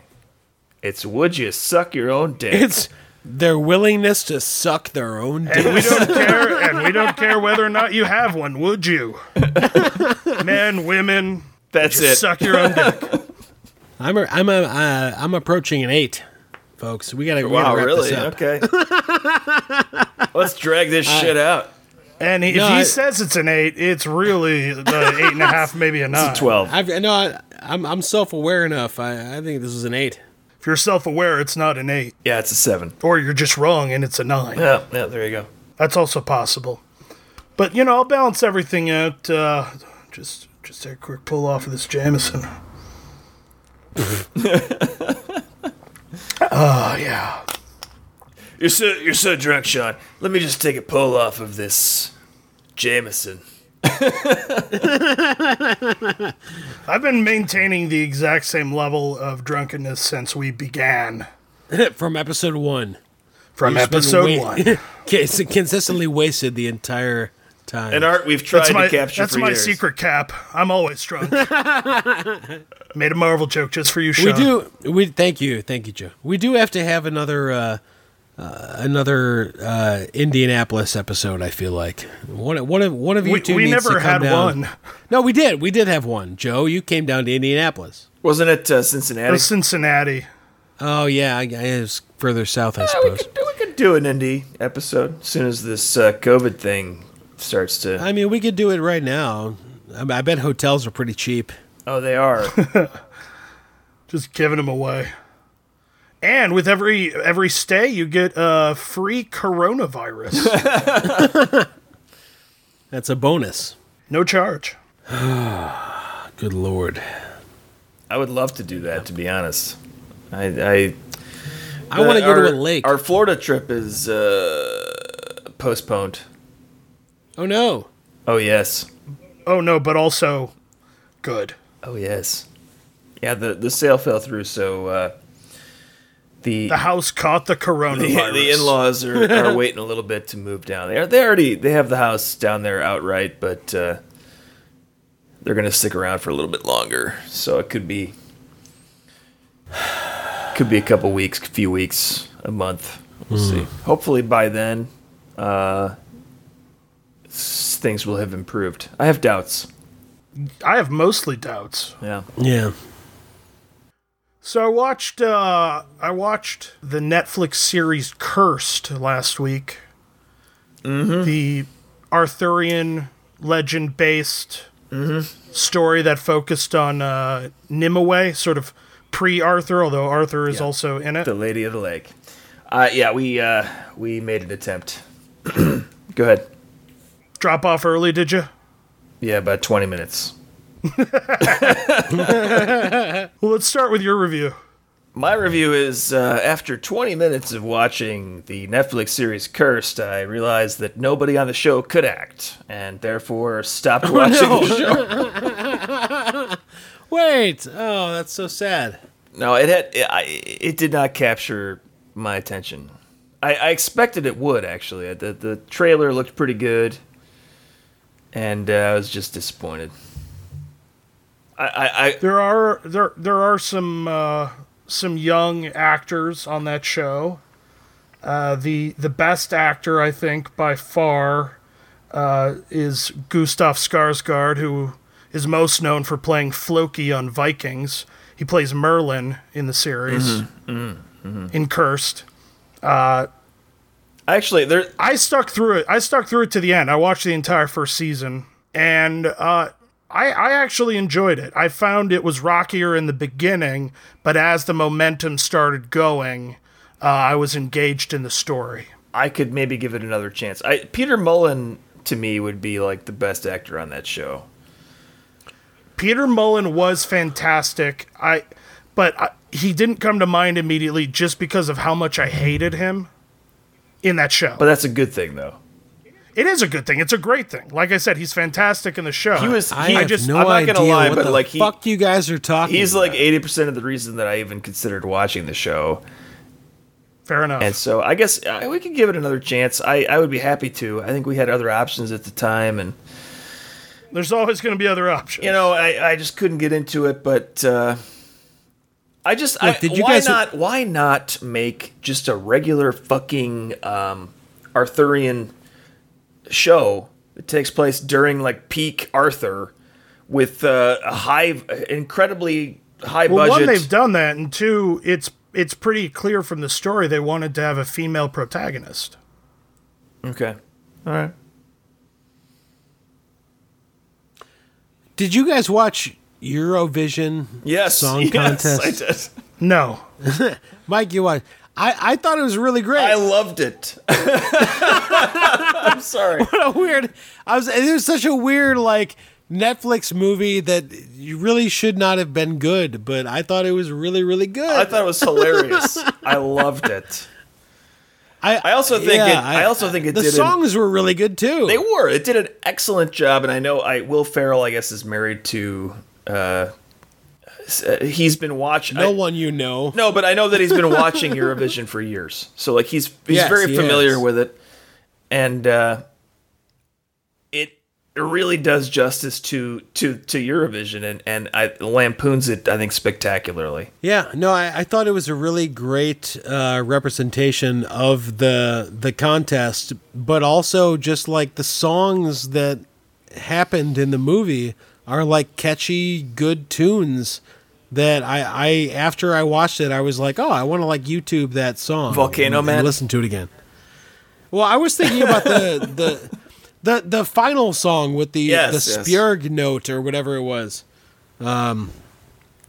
C: it's would you suck your own dick?
B: It's their willingness to suck their own dick.
A: And we don't care and we don't care whether or not you have one, would you? Men, women,
C: That's
A: just
C: it.
A: suck your own dick.
B: I'm a, I'm a, uh, I'm approaching an eight, folks. We gotta, we
C: Wow,
B: gotta wrap
C: really?
B: this up.
C: Okay. Let's drag this shit out.
A: And if
B: No,
A: he
B: I-
A: says it's an eight, it's really the eight and a half, maybe a nine.
C: Twelve.
B: I've, no, I, I'm I'm self aware enough. I, I think this is an eight.
A: If you're self aware, it's not an eight.
C: yeah, it's a seven.
A: Or you're just wrong and it's a nine.
C: Yeah, yeah, there you go.
A: That's also possible. But you know, I'll balance everything out. Uh, just just take a quick pull off of this Jameson. Oh yeah.
C: You're so you're so drunk, Sean. Let me just take a pull off of this Jameson.
A: I've been maintaining the exact same level of drunkenness since we began
B: From episode one.
A: from
B: You've been
A: episode
B: wa-
A: one.
B: Cons- consistently wasted the entire time.
C: An art we've tried
A: That's my,
C: to capture
A: that's
C: for
A: my
C: years.
A: secret cap. I'm always drunk. Made a Marvel joke just for you, Sean.
B: we do. We thank you, thank you, Joe. We do have to have another uh, uh, another uh, Indianapolis episode. I feel like one one of one of you
A: We-
B: two.
A: we
B: needs to
A: never
B: come
A: had
B: down.
A: one.
B: No, we did. We did have one. Joe, you came down to Indianapolis.
C: Wasn't it uh, Cincinnati?
A: Or Cincinnati.
B: Oh yeah, I, I it was further south, I suppose.
C: we could do an indie episode as soon as this uh, COVID thing starts to.
B: I mean, we could do it right now. I, I bet hotels are pretty cheap.
C: oh, they are.
A: Just giving them away. And with every every stay, you get uh, free coronavirus,
B: That's a bonus.
A: no charge.
B: Good lord.
C: I would love to do that. To be honest, I. I
B: I want to go
C: our-
B: to a lake.
C: Our Florida trip is uh, postponed.
B: oh no.
C: Oh yes.
A: Oh no, but also good.
C: Oh yes. Yeah, the the sale fell through, so uh, the
A: The house caught the
C: the,
A: coronavirus.
C: the in-laws are, are waiting a little bit to move down there. They already they have the house down there outright, but uh, they're going to stick around for a little bit longer. So it could be could be a couple weeks, few weeks, a month. We'll see. Hopefully by then, uh, s- things will have improved. I have doubts.
A: I have mostly doubts.
C: Yeah.
B: Yeah.
A: So I watched uh, I watched the Netflix series Cursed last week. The Arthurian legend based story that focused on uh, Nimue, sort of pre Arthur, although Arthur is also in it.
C: The Lady of the Lake. Uh, yeah, we uh, we made an attempt. Go ahead.
A: Drop off early, did you?
C: Yeah, about twenty minutes.
A: Well, let's start with your review.
C: My review is uh, after 20 minutes of watching the Netflix series Cursed, I realized that nobody on the show could act, and therefore stopped watching the show.
B: Wait. Oh, that's so sad.
C: No, it had it, I, it did not capture my attention. I, I expected it would actually. Uh, The the trailer looked pretty good, and uh, I was just disappointed. I, I, I
A: There are there there are some uh, some young actors on that show. Uh, the the best actor I think by far uh, is Gustav Skarsgård, who is most known for playing Floki on Vikings. He plays Merlin in the series, in Cursed.
C: actually there
A: I stuck through it. I stuck through it to the end. I watched the entire first season, and uh, I I actually enjoyed it. I found it was rockier in the beginning, but as the momentum started going, uh, I was engaged in the story.
C: I could maybe give it another chance. I Peter Mullen to me would be like the best actor on that show.
A: Peter Mullen was fantastic. I, but I, he didn't come to mind immediately just because of how much I hated him in that show.
C: But that's a good thing though.
A: it is a good thing. It's a great thing. Like I said, he's fantastic in the show.
C: He was
B: I,
C: he,
B: have
C: just
B: no
C: I'm not
B: idea
C: going to lie
B: what
C: but
B: the
C: like he
B: fuck you guys are talking.
C: he's
B: about.
C: like 80% of the reason that I even considered watching the show.
A: fair enough.
C: And so I guess uh, we could give it another chance. I, I would be happy to. I think we had other options at the time, and
A: There's always going to be other options.
C: you know I, I just couldn't get into it. But uh, I just I,
B: Look, did you
C: why
B: guys-
C: not why not make just a regular fucking um, Arthurian show that takes place during like peak Arthur with uh, a high incredibly high
A: Well,
C: budget.
A: one, they've done that, and two, it's it's pretty clear from the story they wanted to have a female protagonist.
C: okay, all right.
B: Did you guys watch Eurovision?
C: Yes,
B: Song
C: yes,
B: contest.
C: I, did.
A: No,
B: Mike, you watched. I, I thought it was really great.
C: I loved it. I'm sorry.
B: what a weird I was it was such a weird like Netflix movie that you really should not have been good, but I thought it was really really good.
C: I thought it was hilarious. I loved it. I also think it- I also think it
B: the
C: did an-
B: songs were really good too.
C: They were. It did an excellent job, and I know I Will Ferrell. I guess is married to. Uh, s- uh, he's been watching.
B: no one you know.
C: No, but I know that he's been watching Eurovision for years. So like he's he's
B: Yes,
C: very
B: he
C: familiar
B: is.
C: with it, and uh, it it really does justice to to to Eurovision, and and I lampoons it. I think spectacularly.
B: Yeah, no, I, I thought it was a really great uh, representation of the the contest, but also just like the songs that happened in the movie are like catchy, good tunes that I, I after I watched it, I was like, oh, I want to like YouTube that song,
C: Volcano
B: and,
C: Man?
B: and listen to it again. Well, I was thinking about the the. The, the final song with the
C: Yes,
B: the
C: yes.
B: Spjörg note or whatever it was, um,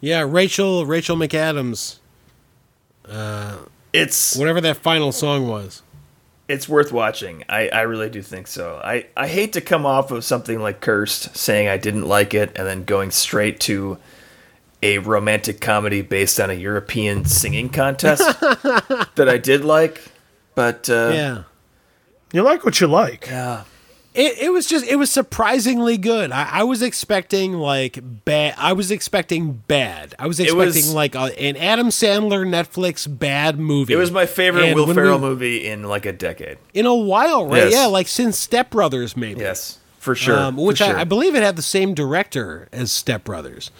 B: yeah Rachel Rachel McAdams
C: It's
B: whatever that final song was.
C: it's worth watching. I, I really do think so. I, I hate to come off of something like Cursed, saying I didn't like it, and then going straight to a romantic comedy based on a European singing contest that I did like. But uh,
B: Yeah.
A: you like what you like.
B: It, it was just it was surprisingly good. I, I was expecting like bad. I was expecting bad. I was expecting
C: was-
B: like a, an Adam Sandler Netflix bad movie.
C: it was my favorite
B: And
C: Will
B: when
C: Ferrell
B: we-
C: movie in like a decade.
B: in a while, right?
C: Yes.
B: Yeah, like since Step Brothers, maybe.
C: Yes, for sure.
B: um, which
C: for sure.
B: I, I believe it had the same director as Step Brothers.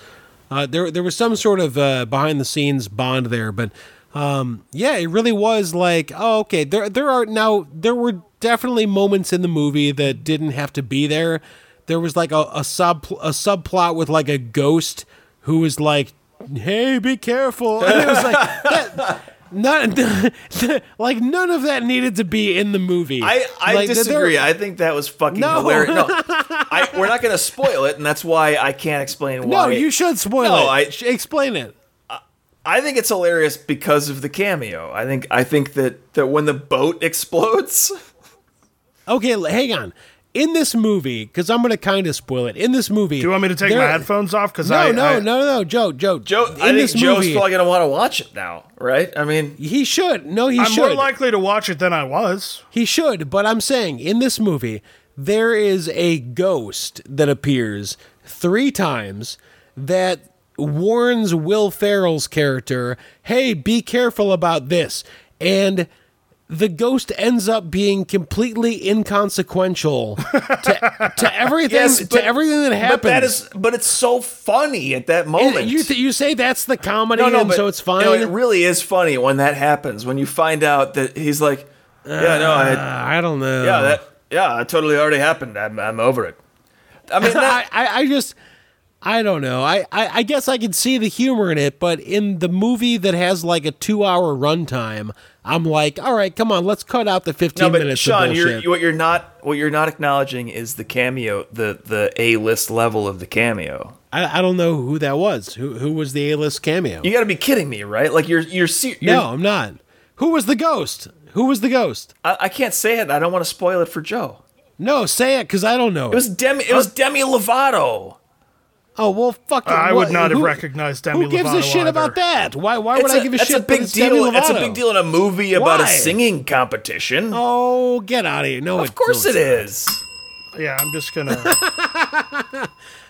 B: Uh, there, there was some sort of uh, behind the scenes bond there, but um, yeah, it really was like, oh, okay. There, there are now there were definitely moments in the movie that didn't have to be there. There was like a, a sub a subplot with like a ghost who was like, "Hey, be careful!" And it was like that. Not like none of that needed to be in the movie.
C: I, I
B: Like, there- there-
C: disagree. I think that was fucking
B: No.
C: hilarious. No, I, we're not going to spoil it, and that's why I can't explain why.
B: No, you should spoil
C: No,
B: it.
C: I-
B: Sh- explain it.
C: I think it's hilarious because of the cameo. I think I think that that when the boat explodes,
B: Okay, l- hang on. in this movie, because I'm going to kind of spoil it. In this movie,
A: Do you want me to take my
B: there-
A: headphones off? Because
B: No,
A: I,
B: no,
A: I-
B: no, no, no, Joe, Joe,
C: Joe,
B: In
C: I think
B: this
C: Joe's
B: movie,
C: probably gonna want to watch it now, right? I mean,
B: he should. No, he
A: I'm
B: should.
A: more likely to watch it than I was.
B: He should, but I'm saying in this movie, there is a ghost that appears three times that warns Will Ferrell's character, hey, be careful about this. And the ghost ends up being completely inconsequential to, to everything
C: yes, but-
B: to everything that happens.
C: But that is, but it's so funny at that moment.
B: you, th- you say that's the comedy, and so it's fine.
C: you know, it really is funny when that happens when you find out that he's like, yeah, no, I,
B: Uh, I don't know.
C: yeah, that, yeah, it totally already happened. I'm, I'm over it. I mean, that,
B: I, I, I just I don't know. I, I, I guess I can see the humor in it, but in the movie that has like a two hour runtime, I'm like, all right, come on, let's cut out the fifteen
C: no, but
B: minutes
C: Sean,
B: of
C: you're,
B: bullshit.
C: what you're not, what you're not acknowledging is the cameo, the the A list level of the cameo.
B: I, I don't know who that was. Who who was the A list cameo?
C: You got to be kidding me, right? Like you're, you're, se- you're
B: no, I'm not. Who was the ghost? Who was the ghost?
C: I, I can't say it. I don't want to spoil it for Joe.
B: No, say it because I don't know.
C: It was Demi. It was Demi Lovato.
B: oh well, fuck. it,
A: I
B: what-
A: would not have
B: who-
A: recognized Demi
B: Who gives a
A: Lovato
B: shit about
A: either.
B: that? Why? Why would
C: It's
B: I give a
C: that's
B: shit?
C: a big
B: it's Demi
C: deal. It's a
B: Lovato?
C: big deal in a movie about a
B: Why?
C: singing competition.
B: Oh, get out of here! No,
C: of course it is.
A: Yeah, I'm just gonna.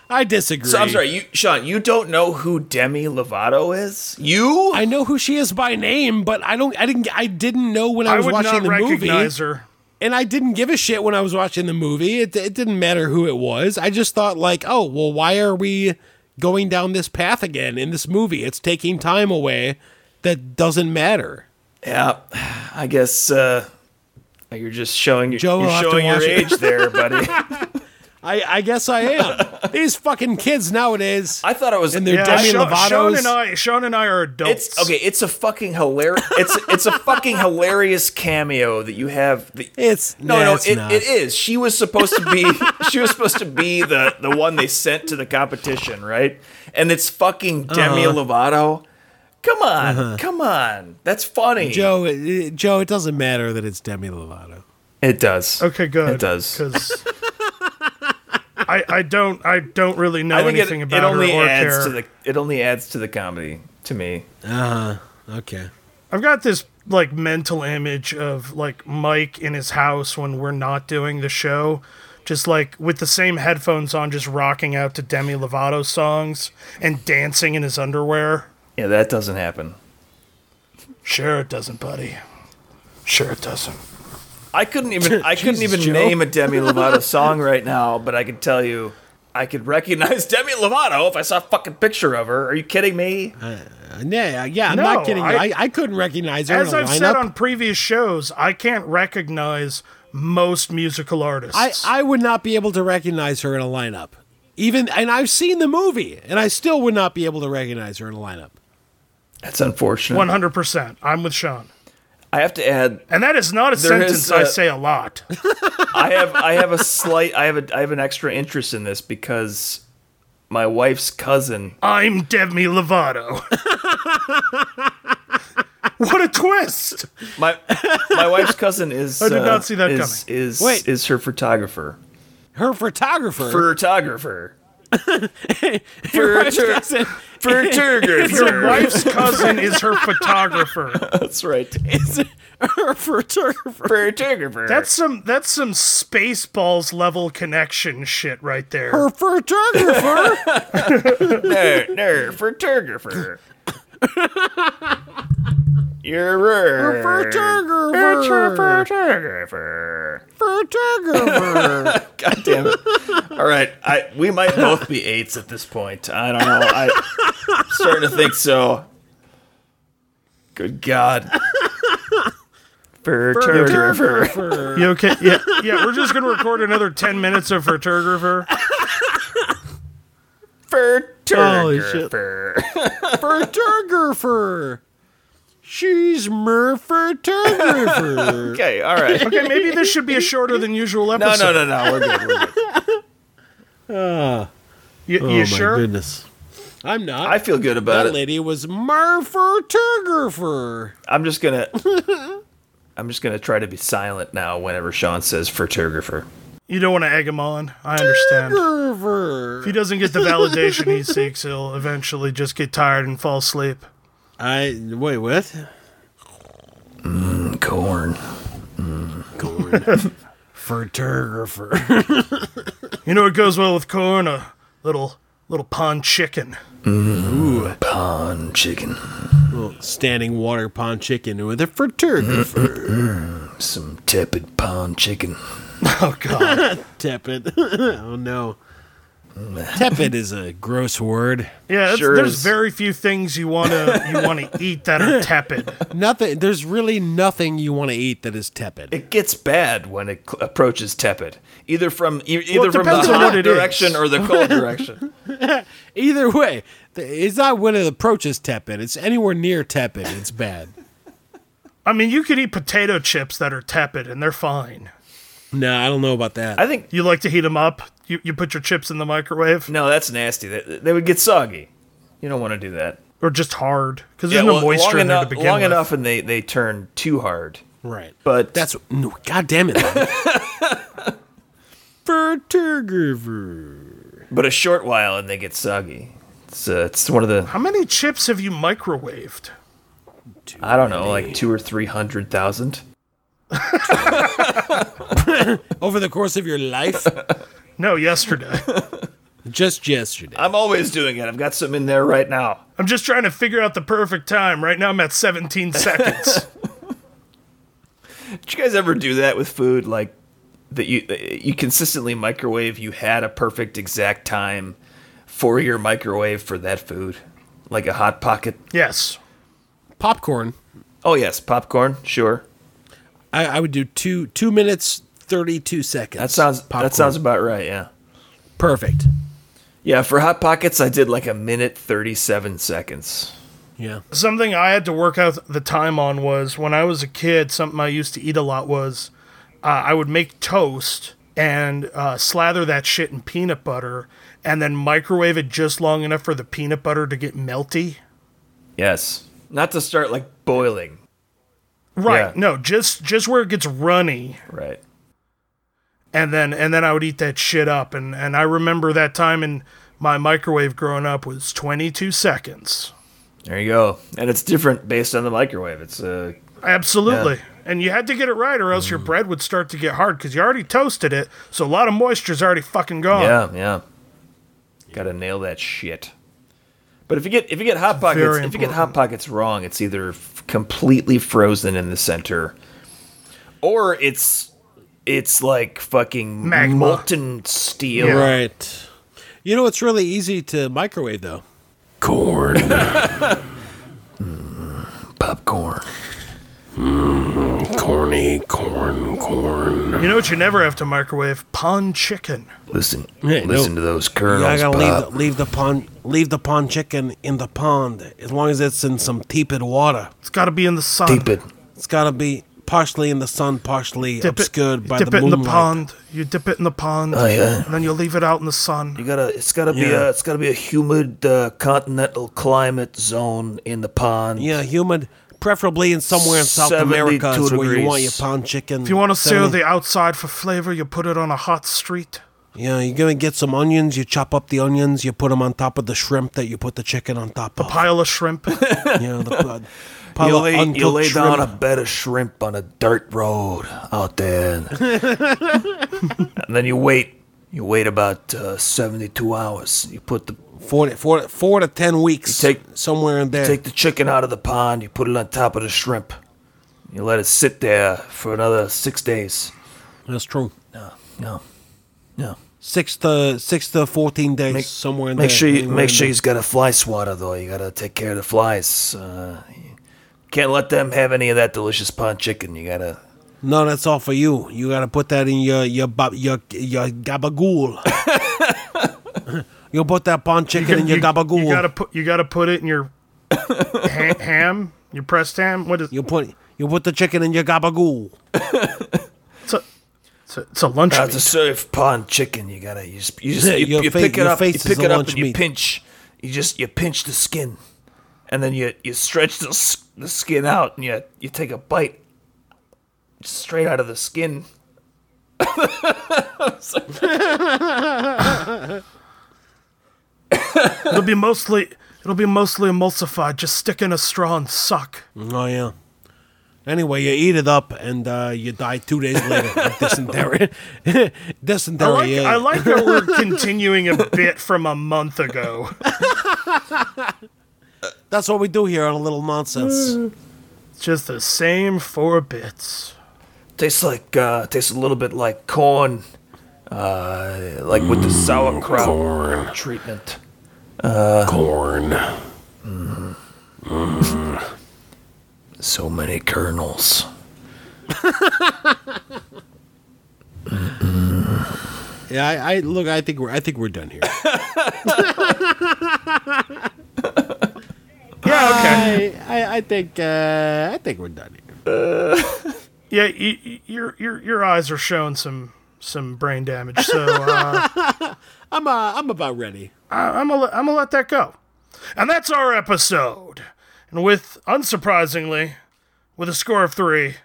B: I disagree.
C: So I'm sorry, you Sean, you don't know who Demi Lovato is? You?
B: I know who she is by name, but I don't. I didn't. I didn't know when I
A: I
B: was
A: would
B: watching
A: not
B: the movie,
A: recognize her.
B: and I didn't give a shit when I was watching the movie. It, it didn't matter who it was. I just thought like, oh well, why are we going down this path again in this movie? It's taking time away that doesn't matter.
C: yeah. I guess uh you're just showing your
B: Joe will
C: you're
B: have to
C: showing your
B: watch it.
C: age there, buddy.
B: I, I guess I am. These fucking kids nowadays.
C: I thought it was
B: And they're
A: Yeah,
B: Demi
A: Sean, Sean
B: Lovato's-
A: and I, Sean and I are adults.
C: it's okay, it's a fucking hilarious it's it's a fucking hilarious cameo that you have the
B: It's
C: no,
B: nah,
C: no,
B: it's
C: it,
B: not.
C: it is. She was supposed to be. she was supposed to be the the one they sent to the competition, right? And it's fucking Demi
A: Uh-huh.
C: Lovato. Come on, come on. That's funny.
B: Joe. It, it- Joe, it doesn't matter that it's Demi Lovato.
C: It does.
A: Okay, good.
C: It does.
A: because I, I don't I don't really know
C: I think it,
A: anything about
C: it only
A: her or
C: adds
A: care.
C: to the it only adds to the comedy to me.
B: Okay.
A: I've got this like mental image of like Mike in his house when we're not doing the show, just like with the same headphones on, just rocking out to Demi Lovato songs and dancing in his underwear.
C: Yeah, that doesn't happen.
A: Sure, it doesn't, buddy. Sure, it doesn't.
C: I couldn't even I couldn't
B: Jesus,
C: even
B: Joe.
C: name a Demi Lovato song right now, but I could tell you I could recognize Demi Lovato if I saw a fucking picture of her. Are you kidding me?
A: Uh,
B: Uh, Yeah, yeah. I'm
A: No,
B: not kidding. you.
A: I-
B: I, I couldn't recognize her
A: As
B: in a
A: I've
B: lineup.
A: said on previous shows, I can't recognize most musical artists.
B: I, I would not be able to recognize her in a lineup. Even and I've seen the movie and I still would not be able to recognize her in a lineup.
C: That's unfortunate.
A: 100%. I'm with Sean.
C: I have to add
A: And that is not a
C: There is,
A: sentence I
C: uh,
A: say a lot.
C: I have I have a slight I have a I have an extra interest in this because my wife's cousin
A: I'm Demi Lovato. what a twist!
C: my my wife's cousin is I
A: did not see that
C: is,
A: coming.
C: is
B: Wait.
C: is her photographer.
B: Her photographer.
C: Photographer.
B: Your wife's
C: Photographer.
B: cousin
A: Your
C: Photographer.
A: wife's cousin is her photographer.
C: That's right.
B: is her photographer.
C: Photographer.
A: That's some that's some spaceballs level connection shit right there.
B: Her photographer.
C: no, no, photographer. You're her
B: photographer.
C: photographer.
B: photographer.
C: God damn it! All right, I we might both be eights at this point. I don't know. I, I'm starting to think so. Good God. Photographer.
A: you okay? Yeah, yeah. We're just gonna record another ten minutes of photographer.
B: Holy shit.
C: Photographer.
B: photographer. She's mer photographer.
C: Okay. All right.
A: Okay, maybe this should be a shorter than usual
C: No,
A: episode.
C: no, no, no. We're good. We're good.
A: You, you sure?
B: Oh, goodness. I'm not.
C: I feel good about
B: that
C: it.
B: lady was mer photographer.
C: I'm just gonna. I'm just gonna try to be silent now. Whenever Sean says photographer,
A: You don't want to egg him on. I understand.
B: Gerver.
A: If he doesn't get the validation he seeks, he'll eventually just get tired and fall asleep.
B: I wait. What?
C: Corn.
B: Corn. Ferturger.
A: You know what goes well with corn? A little little pond chicken.
C: Pond chicken.
B: Standing water pond chicken with a ferturger.
C: Some tepid pond chicken.
A: Oh god.
B: Tepid. oh no. Tepid is a gross word.
A: Yeah, it's
C: Sure
A: there's
C: is.
A: very few things you wanna you wanna eat that are tepid.
B: Nothing. There's really nothing you want to eat that is tepid.
C: It gets bad when it cl- approaches tepid, either from e- either
A: it
C: from the
A: depends on
C: hot
A: what it
C: direction
A: is.
C: or the cold direction.
B: Either way, th- it's not when it approaches tepid. It's anywhere near tepid. It's bad.
A: I mean you could eat potato chips that are tepid and they're fine.
B: No, I don't know about that.
C: I think
A: You like to heat them up? You you put your chips in the microwave?
C: no, that's nasty. They, they would get soggy. You don't want to do that.
A: Or just hard? Because there's no
C: well,
A: moisture
C: long
A: in there to
C: enough,
A: begin
C: long
A: with.
C: enough, and they they turn too hard.
B: right.
C: But
B: That's no. God damn it. Ferturger.
C: but a short while, and they get soggy. It's uh, it's one of the
A: How many chips have you microwaved?
C: I don't know, like two or three hundred thousand.
B: Over the course of your life,
A: No, yesterday.
B: just yesterday.
C: I'm always doing it. I've got some in there right now.
A: I'm just trying to figure out the perfect time. Right now I'm at 17 seconds.
C: Did you guys ever do that with food? Like that you that you consistently microwave. You had a perfect exact time for your microwave for that food, like a hot pocket.
A: yes.
B: Popcorn.
C: Oh yes, popcorn. Sure,
B: I, I would do two two minutes thirty two seconds.
C: that sounds
B: Popcorn.
C: that sounds about right. Yeah,
B: perfect.
C: yeah. For hot pockets, I did like a minute thirty seven seconds.
B: Yeah.
A: Something I had to work out the time on was when I was a kid, something I used to eat a lot was uh, I would make toast and uh, slather that shit in peanut butter and then microwave it just long enough for the peanut butter to get melty.
C: Yes, not to start like boiling.
A: Right.
C: Yeah.
A: No, just just where it gets runny
C: Right.
A: and then and then I would eat that shit up and and I remember that time in my microwave growing up was 22 seconds.
C: There you go. And it's different based on the microwave. It's uh
A: Absolutely. And you had to get it right, or else your bread would start to get hard because you already toasted it. So a lot of moisture's already fucking gone.
C: yeah, yeah. Got to nail that shit. But if you get if you get hot pockets,
A: very
C: if you get hot pockets wrong, it's either f- completely frozen in the center or it's it's like fucking
A: Magma.
C: molten steel.
A: Yeah.
B: Right. You know it's really easy to microwave though. Corn.
C: Popcorn.
B: Corny corn corn.
A: You know what you never have to microwave? Pond chicken.
C: Listen,
B: Hey,
C: listen
B: no.
C: to those kernels,
B: I gotta leave
C: Pop.
B: the, leave the pond leave the pond chicken in the pond as long as it's in some tepid water.
A: It's got to be in the sun.
C: Deep it.
B: It's gotta be partially in the sun, partially
A: Dip it,
B: obscured by
A: dip
B: the
A: it in
B: moonlight.
A: the pond. You dip it in the pond.
C: Oh, yeah.
A: And then you leave it out in the
C: You
A: sun.
C: gotta. It's gotta be
B: Yeah.
C: a. It's gotta be a humid uh, continental climate zone in the pond.
B: Yeah, humid. Preferably in somewhere in South
C: 72
B: America is where you want your
C: degrees.
B: pond chicken.
A: If you want to sail the outside for flavor, you put it on a hot street.
B: Yeah, you're gonna get some onions. You chop up the onions. You put them on top of the shrimp that you put the chicken on top of.
A: Pile of shrimp.
B: You know, the pi- pile
C: you
B: of
C: lay, you
B: uncooked
C: lay
B: shrimp.
C: down a bed of shrimp on a dirt road out there, and, and then you wait. You wait about uh, seventy-two hours. You put the
B: four, to- four, to- four to ten weeks.
C: You take-
B: somewhere in there.
C: take the chicken out of the pond. You put it on top of the shrimp. You let it sit there for another six days.
B: That's true.
C: No, no.
B: Six to six to fourteen days. somewhere in
C: Make
B: there.
C: sure you
B: anywhere
C: make
B: in
C: sure
B: there.
C: you've got a fly swatter though. You gotta take care of the flies. Uh, you can't let them have any of that delicious pond chicken. You gotta.
B: No, that's all for you. You gotta put that in your your ba- your your gabagool. you put that pond chicken in your gabagool.
A: You gotta put. You gotta put it in your ha- ham. Your pressed ham. What is?
B: you put you put the chicken in your gabagool.
A: It's a, it's a, it's a lunch.
C: Now
A: meat.
C: to serve pond chicken, you gotta you just you, just,
B: Yeah,
C: you,
B: your
C: you
B: fa-
C: pick it
B: your
C: up, you
B: face is
C: pick
B: a
C: it up,
B: lunch
C: and you
B: meat.
C: pinch. You just you pinch the skin, and then you you stretch the, s- the skin out, and you you take a bite straight out of the skin.
A: It'll be mostly it'll be mostly emulsified. Just stick in a straw and suck.
B: Oh yeah. Anyway, you eat it up and uh, you die two days later of dysentery. dysentery.
A: I like, I
B: Oh, yeah.
A: like that we're continuing a bit from a month ago.
B: That's what we do here on a little nonsense.
A: Just the same four bits.
C: Tastes like uh, tastes a little bit like corn, uh, like with
B: Mm,
C: the sauerkraut treatment.
B: Corn.
C: So many kernels.
B: Yeah, I, I look. I think we're. I think we're done here.
A: Yeah, okay.
B: I, I, I think. Uh, I think we're done here.
A: Yeah, y- y- your your your eyes are showing some some brain damage, so uh,
B: I'm. Uh, I'm about ready.
A: I, I'm gonna let- I'm gonna let that go. And that's our episode. And with unsurprisingly, with a score of three,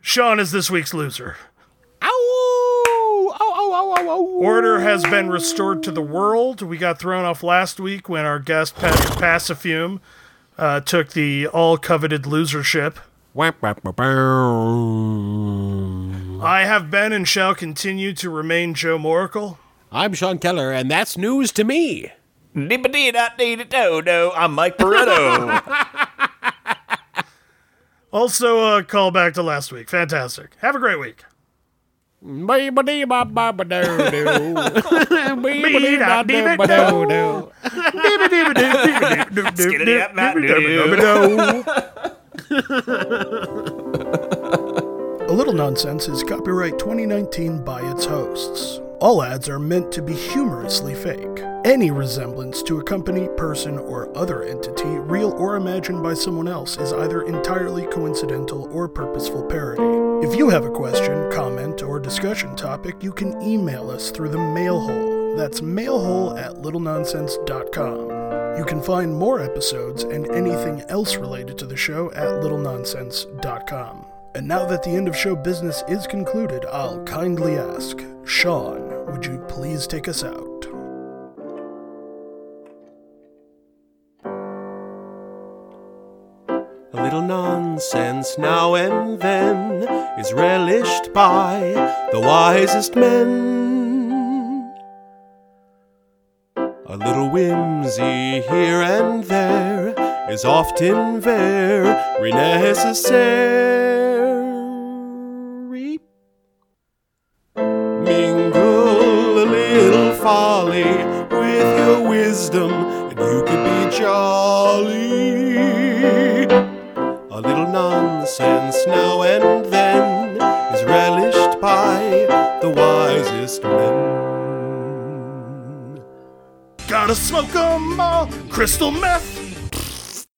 A: Sean is this week's loser.
B: Ow! Ow! Ow! Ow! Ow! ow.
A: Order has been restored to the world. We got thrown off last week when our guest Patrick Pacifume uh, took the all coveted losership.
B: Wah, wah, wah, bow.
A: I have been and shall continue to remain Joe Moracle.
B: I'm Sean Keller, and that's news to me.
C: Nippity-dot-dee-dot-do-do. I'm Mike Barretto.
A: Also, a call back to last week. Fantastic. Have a great week.
B: Bee-ba-dee-ba-ba-ba-doo-doo.
A: A Little Nonsense is copyright 2019 by its hosts. All ads are meant to be humorously fake. Any resemblance to a company, person, or other entity, real or imagined by someone else, is either entirely coincidental or purposeful parody. If you have a question, comment, or discussion topic, you can email us through the mail hole. That's mailhole at littlenonsense.com. You can find more episodes and anything else related to the show at littlenonsense.com. And now that the end of show business is concluded, I'll kindly ask Sean, would you please take us out?
B: A little nonsense now and then is relished by the wisest men. A little whimsy here and there is often very necessary. Mingle a little folly with your wisdom, and you could be jolly. A little nonsense now and then is relished by the wisest men.
A: Gotta smoke 'em all, crystal meth,